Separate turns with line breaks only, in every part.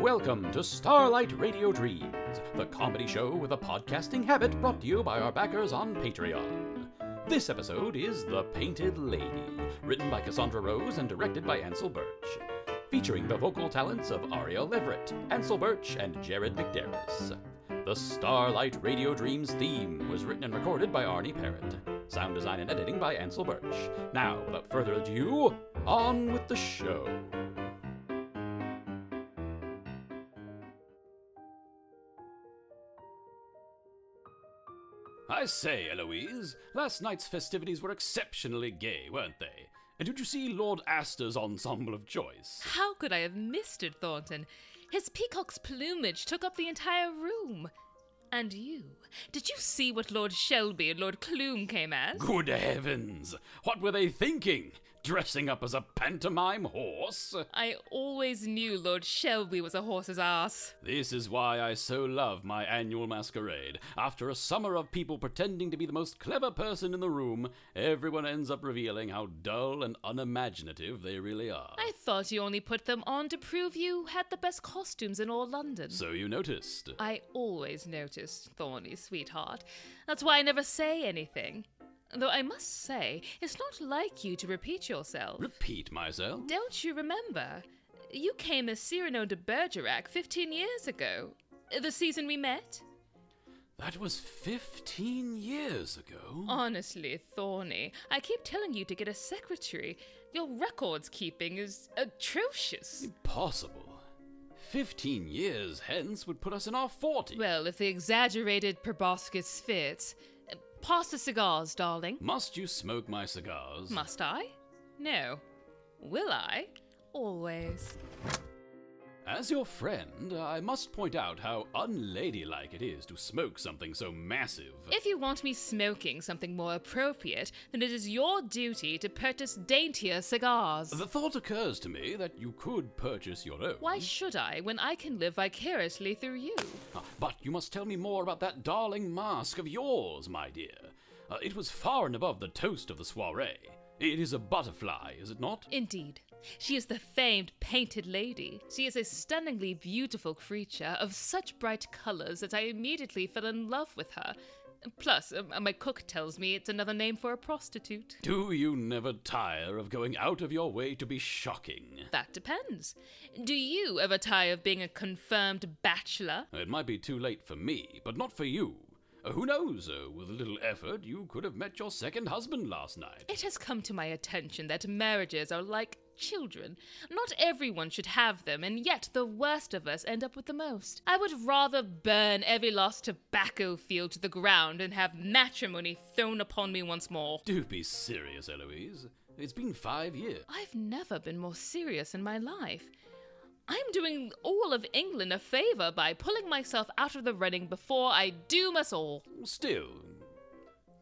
Welcome to Starlight Radio Dreams, the comedy show with a podcasting habit brought to you by our backers on Patreon. This episode is The Painted Lady, written by Cassandra Rose and directed by Ansel Birch, featuring the vocal talents of Ariel Leverett, Ansel Birch, and Jared McDerris. The Starlight Radio Dreams theme was written and recorded by Arnie Parrott. Sound design and editing by Ansel Birch. Now, without further ado, on with the show. I say, Eloise, last night's festivities were exceptionally gay, weren't they? And did you see Lord Astor's ensemble of choice?
How could I have missed it, Thornton? His peacock's plumage took up the entire room. And you? Did you see what Lord Shelby and Lord Clume came as?
Good heavens! What were they thinking? Dressing up as a pantomime horse?
I always knew Lord Shelby was a horse's ass.
This is why I so love my annual masquerade. After a summer of people pretending to be the most clever person in the room, everyone ends up revealing how dull and unimaginative they really are.
I thought you only put them on to prove you had the best costumes in all London.
So you noticed.
I always noticed, Thorny, sweetheart. That's why I never say anything. Though I must say, it's not like you to repeat yourself.
Repeat myself?
Don't you remember? You came as Cyrano de Bergerac 15 years ago. The season we met?
That was 15 years ago.
Oh. Honestly, Thorny, I keep telling you to get a secretary. Your records keeping is atrocious.
Impossible. 15 years hence would put us in our 40s.
Well, if the exaggerated proboscis fits. Uh, Pass the cigars, darling.
Must you smoke my cigars?
Must I? No. Will I? Always.
As your friend, I must point out how unladylike it is to smoke something so massive.
If you want me smoking something more appropriate, then it is your duty to purchase daintier cigars.
the thought occurs to me that you could purchase your own.
Why should I when I can live vicariously through you?
Ah, But you must tell me more about that darling mask of yours, my dear. Uh, it was far and above the toast of the soiree. It is a butterfly, is it not?
Indeed. She is the famed Painted Lady. She is a stunningly beautiful creature of such bright colors that I immediately fell in love with her. Plus, um, my cook tells me it's another name for a prostitute.
Do you never tire of going out of your way to be shocking?
That depends. Do you ever tire of being a confirmed bachelor?
It might be too late for me, but not for you. Uh, who knows? Uh, with a little effort, you could have met your second husband last night.
It has come to my attention that marriages are like children. Not everyone should have them, and yet the worst of us end up with the most. I would rather burn every last tobacco field to the ground and have matrimony thrown upon me once more.
Do be serious, Eloise. It's been five years.
I've never been more serious in my life. I'm doing all of England a favour by pulling myself out of the running before I doom us all.
Still,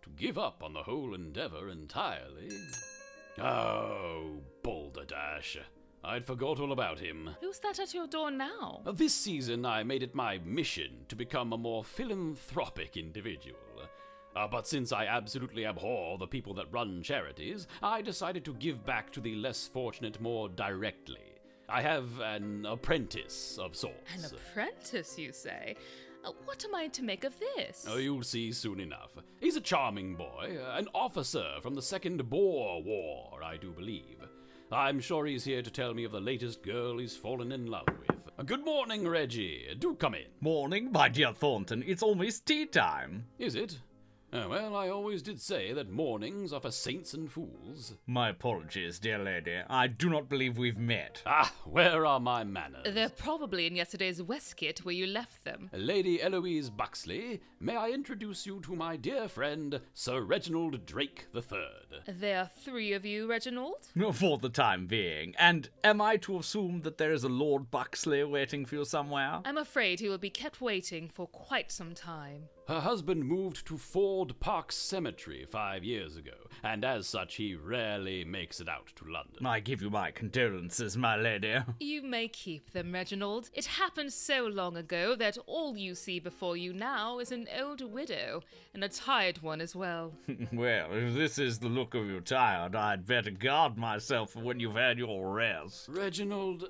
to give up on the whole endeavor entirely. Oh, Balderdash. I'd forgot all about him.
Who's that at your door now?
Uh, This season, I made it my mission to become a more philanthropic individual. Uh, but since I absolutely abhor the people that run charities, I decided to give back to the less fortunate more directly. I have an apprentice of
An
sorts.
apprentice, you say? Uh, What am I to make of this?
Oh, you'll see soon enough. He's a charming boy, uh, an officer from the Second Boer War, I do believe. I'm sure he's here to tell me of the latest girl he's fallen in love with. Uh, Good morning, Reggie. Do come in.
Morning, my dear Thornton. It's almost tea time.
Is it? Oh, well, I always did say that mornings are for saints and fools.
My apologies, dear lady. I do not believe we've met.
Ah, where are my manners?
They're probably in yesterday's waistcoat where you left them.
Lady Eloise Buxley, may I introduce you to my dear friend, Sir Reginald Drake the Third?
There are three of you, Reginald.
For the time being. And am I to assume that there is a Lord Buxley waiting for you somewhere?
I'm afraid he will be kept waiting for quite some time.
Her husband moved to Ford Park Cemetery five years ago, and as such, he rarely makes it out to London.
I give you my condolences, my lady.
You may keep them, Reginald. It happened so long ago that all you see before you now is an old widow, and a tired one as well.
well, if this is the look of you tired, I'd better guard myself for when you've had your rest.
Reginald,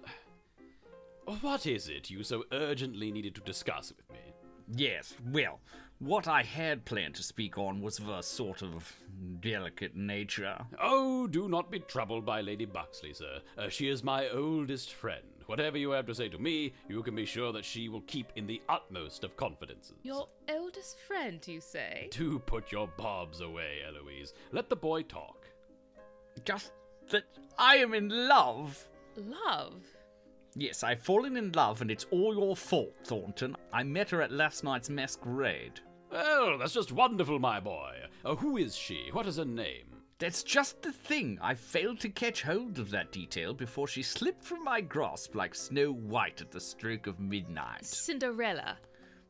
What is it you so urgently needed to discuss with me?
Yes, well, what I had planned to speak on was of a sort of delicate nature.
Oh, do not be troubled by Lady Buxley, sir. Uh, she is my oldest friend. Whatever you have to say to me, you can be sure that she will keep in the utmost of confidences.
Your oldest friend, you say?
Do put your bobs away, Eloise. Let the boy talk.
Just that I am in love.
Love?
Yes, I've fallen in love, and it's all your fault, Thornton. I met her at last night's masquerade.
Well, that's just wonderful, my boy. Uh, who is she? What is her name?
That's just the thing. I failed to catch hold of that detail before she slipped from my grasp like Snow White at the stroke of midnight.
Cinderella.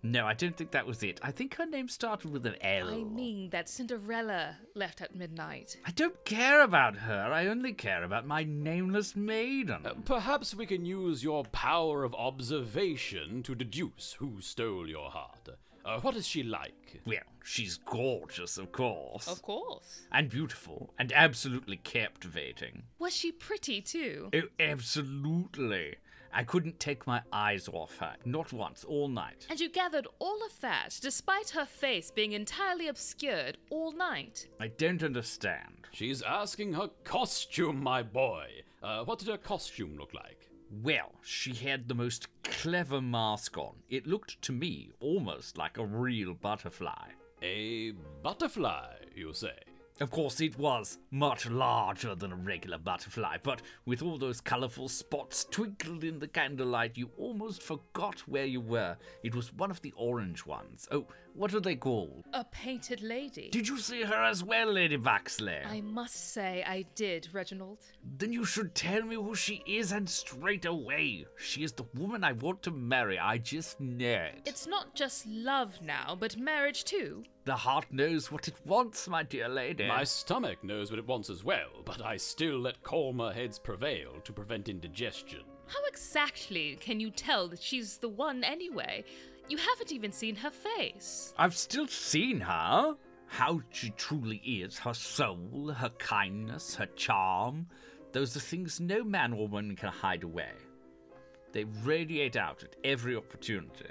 No, I don't think that was it. I think her name started with an L.
I mean that Cinderella left at midnight.
I don't care about her. I only care about my nameless maiden.
Uh,
Um,
perhaps we can use your power of observation to deduce who stole your heart. Uh, what is she like?
Well, she's gorgeous, of course.
Of course.
and beautiful. And absolutely captivating.
Was she pretty too?
Oh, absolutely. I couldn't take my eyes off her. Not once, all night.
And you gathered all of that despite her face being entirely obscured all night.
I don't understand.
She's asking her costume, my boy. Uh, what did her costume look like?
Well, she had the most clever mask on. It looked to me almost like a real butterfly.
A butterfly, you say?
Of course, it was much larger than a regular butterfly, but with all those colourful spots twinkled in the candlelight, you almost forgot where you were. It was one of the orange ones. Oh, what are they called?
A painted lady.
Did you see her as well, Lady Baxley?
I must say I did, Reginald.
Then you should tell me who she is and straight away. She is the woman I want to marry. I just know it.
It's not just love now, but marriage too.
the heart knows what it wants, my dear lady.
My stomach knows what it wants as well, but I still let calmer heads prevail to prevent indigestion.
How exactly can you tell that she's the one anyway? You haven't even seen her face.
I've still seen her. How she truly is, her soul, her kindness, her charm. Those are things no man or woman can hide away. They radiate out at every opportunity.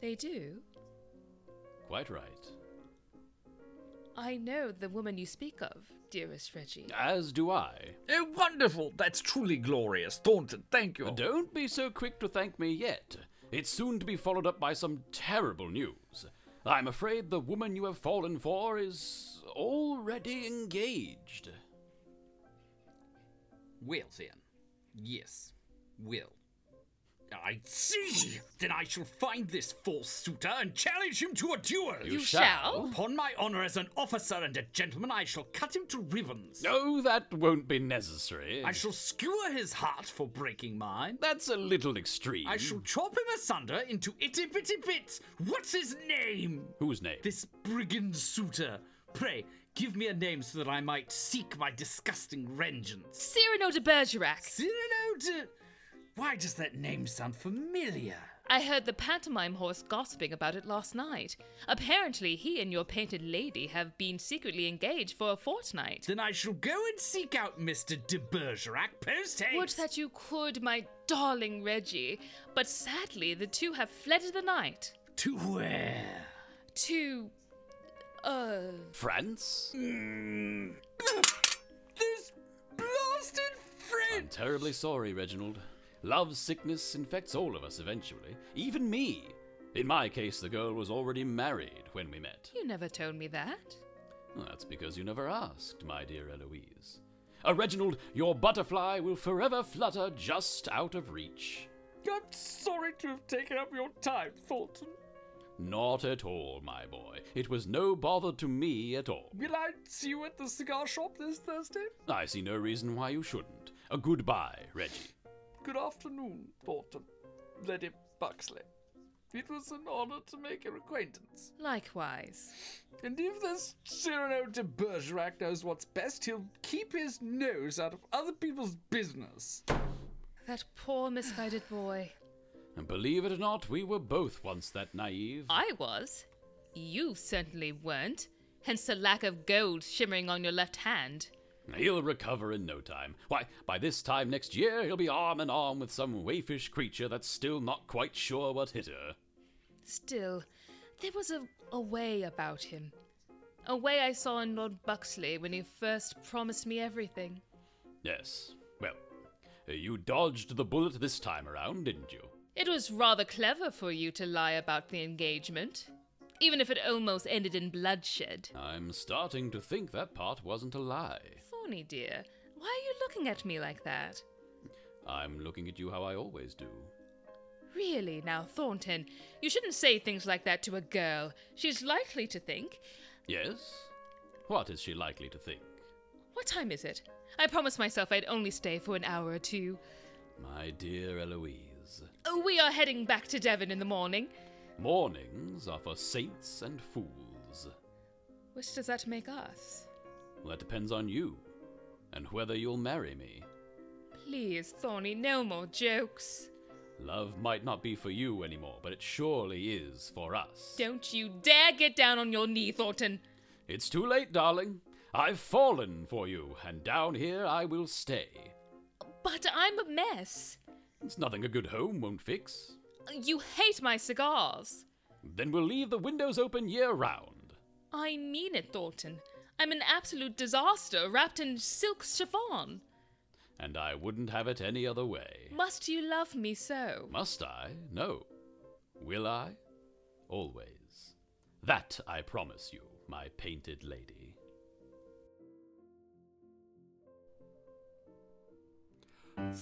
They do.
Quite right.
I know the woman you speak of, dearest Reggie.
As do I.
Oh, wonderful! That's truly glorious. Thornton, thank you.
Don't be so quick to thank me yet. It's soon to be followed up by some terrible news. I'm afraid the woman you have fallen for is already engaged.
Well, then. Yes. Well. I see! Then I shall find this false suitor and challenge him to a duel!
You shall?
Upon my honor as an officer and a gentleman, I shall cut him to ribbons.
No, that won't be necessary.
I shall skewer his heart for breaking mine.
That's a little extreme.
I shall chop him asunder into itty bitty bits. What's his name?
Whose name?
This brigand suitor. Pray, give me a name so that I might seek my disgusting vengeance.
Cyrano de Bergerac.
Cyrano de. Why does that name sound familiar?
I heard the pantomime horse gossiping about it last night. Apparently, he and your painted lady have been secretly engaged for a fortnight.
Then I shall go and seek out Mr. de Bergerac post haste.
Would that you could, my darling Reggie. But sadly, the two have fled in the night.
To where?
To. uh.
France?
Mm. This blasted
I'm
friend!
terribly sorry, Reginald. Love sickness infects all of us eventually, even me. In my case, the girl was already married when we met.
You never told me that.
Well, That's because you never asked, my dear Eloise. Uh, Reginald, your butterfly will forever flutter just out of reach.
I'm sorry to have taken up your time, Thornton.
Not at all, my boy. It was no bother to me at all.
Will I see you at the cigar shop this Thursday?
I see no reason why you shouldn't. A goodbye, Reggie.
Good afternoon, Thornton. Lady Buxley. It was an honor to make your acquaintance.
Likewise.
And if this Cyrano de Bergerac knows what's best, he'll keep his nose out of other people's business.
That poor misguided boy.
And believe it or not, we were both once that naive.
I was. You certainly weren't. Hence the lack of gold shimmering on your left hand.
He'll recover in no time. Why, by this time next year, he'll be arm in arm with some waifish creature that's still not quite sure what hit her.
Still, there was a, a way about him. A way I saw in Lord Buxley when he first promised me everything.
Yes. Well, uh, you dodged the bullet this time around, didn't you?
It was rather clever for you to lie about the engagement, even if it almost ended in bloodshed.
I'm starting to think that part wasn't a lie.
Thorny, dear, why are you looking at me like that?
I'm looking at you how I always do.
Really, now, Thornton, you shouldn't say things like that to a girl. She's likely to think.
Yes? What is she likely to think?
What time is it? I promised myself I'd only stay for an hour or two.
My dear Eloise,
Oh, we are heading back to Devon in the morning.
mornings are for saints and fools.
Which does that make us?
Well, that depends on you, and whether you'll marry me.
Please, Thorny, no more jokes.
Love might not be for you anymore, but it surely is for us.
Don't you dare get down on your knee, Thornton.
It's too late, darling. I've fallen for you, and down here I will stay.
But I'm a mess.
It's nothing a good home won't fix.
You hate my cigars.
Then we'll leave the windows open year round.
I mean it, Thornton. I'm an absolute disaster wrapped in silk chiffon.
And I wouldn't have it any other way.
Must you love me so?
Must I? No. Will I? Always. That I promise you, my painted lady.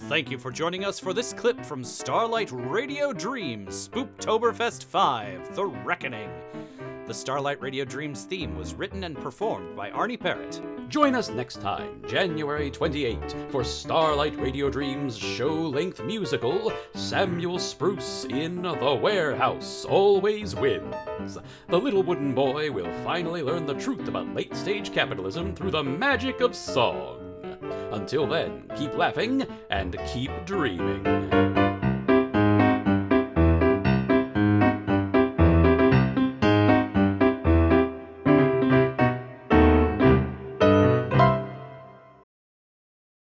Thank you for joining us for this clip from Starlight Radio Dreams Spooktoberfest 5 The Reckoning. The Starlight Radio Dreams theme was written and performed by Arnie Parrott.
Join us next time, January 28, for Starlight Radio Dreams show length musical, Samuel Spruce in The Warehouse Always Wins. The little wooden boy will finally learn the truth about late stage capitalism through the magic of song. Until then, keep laughing and keep dreaming.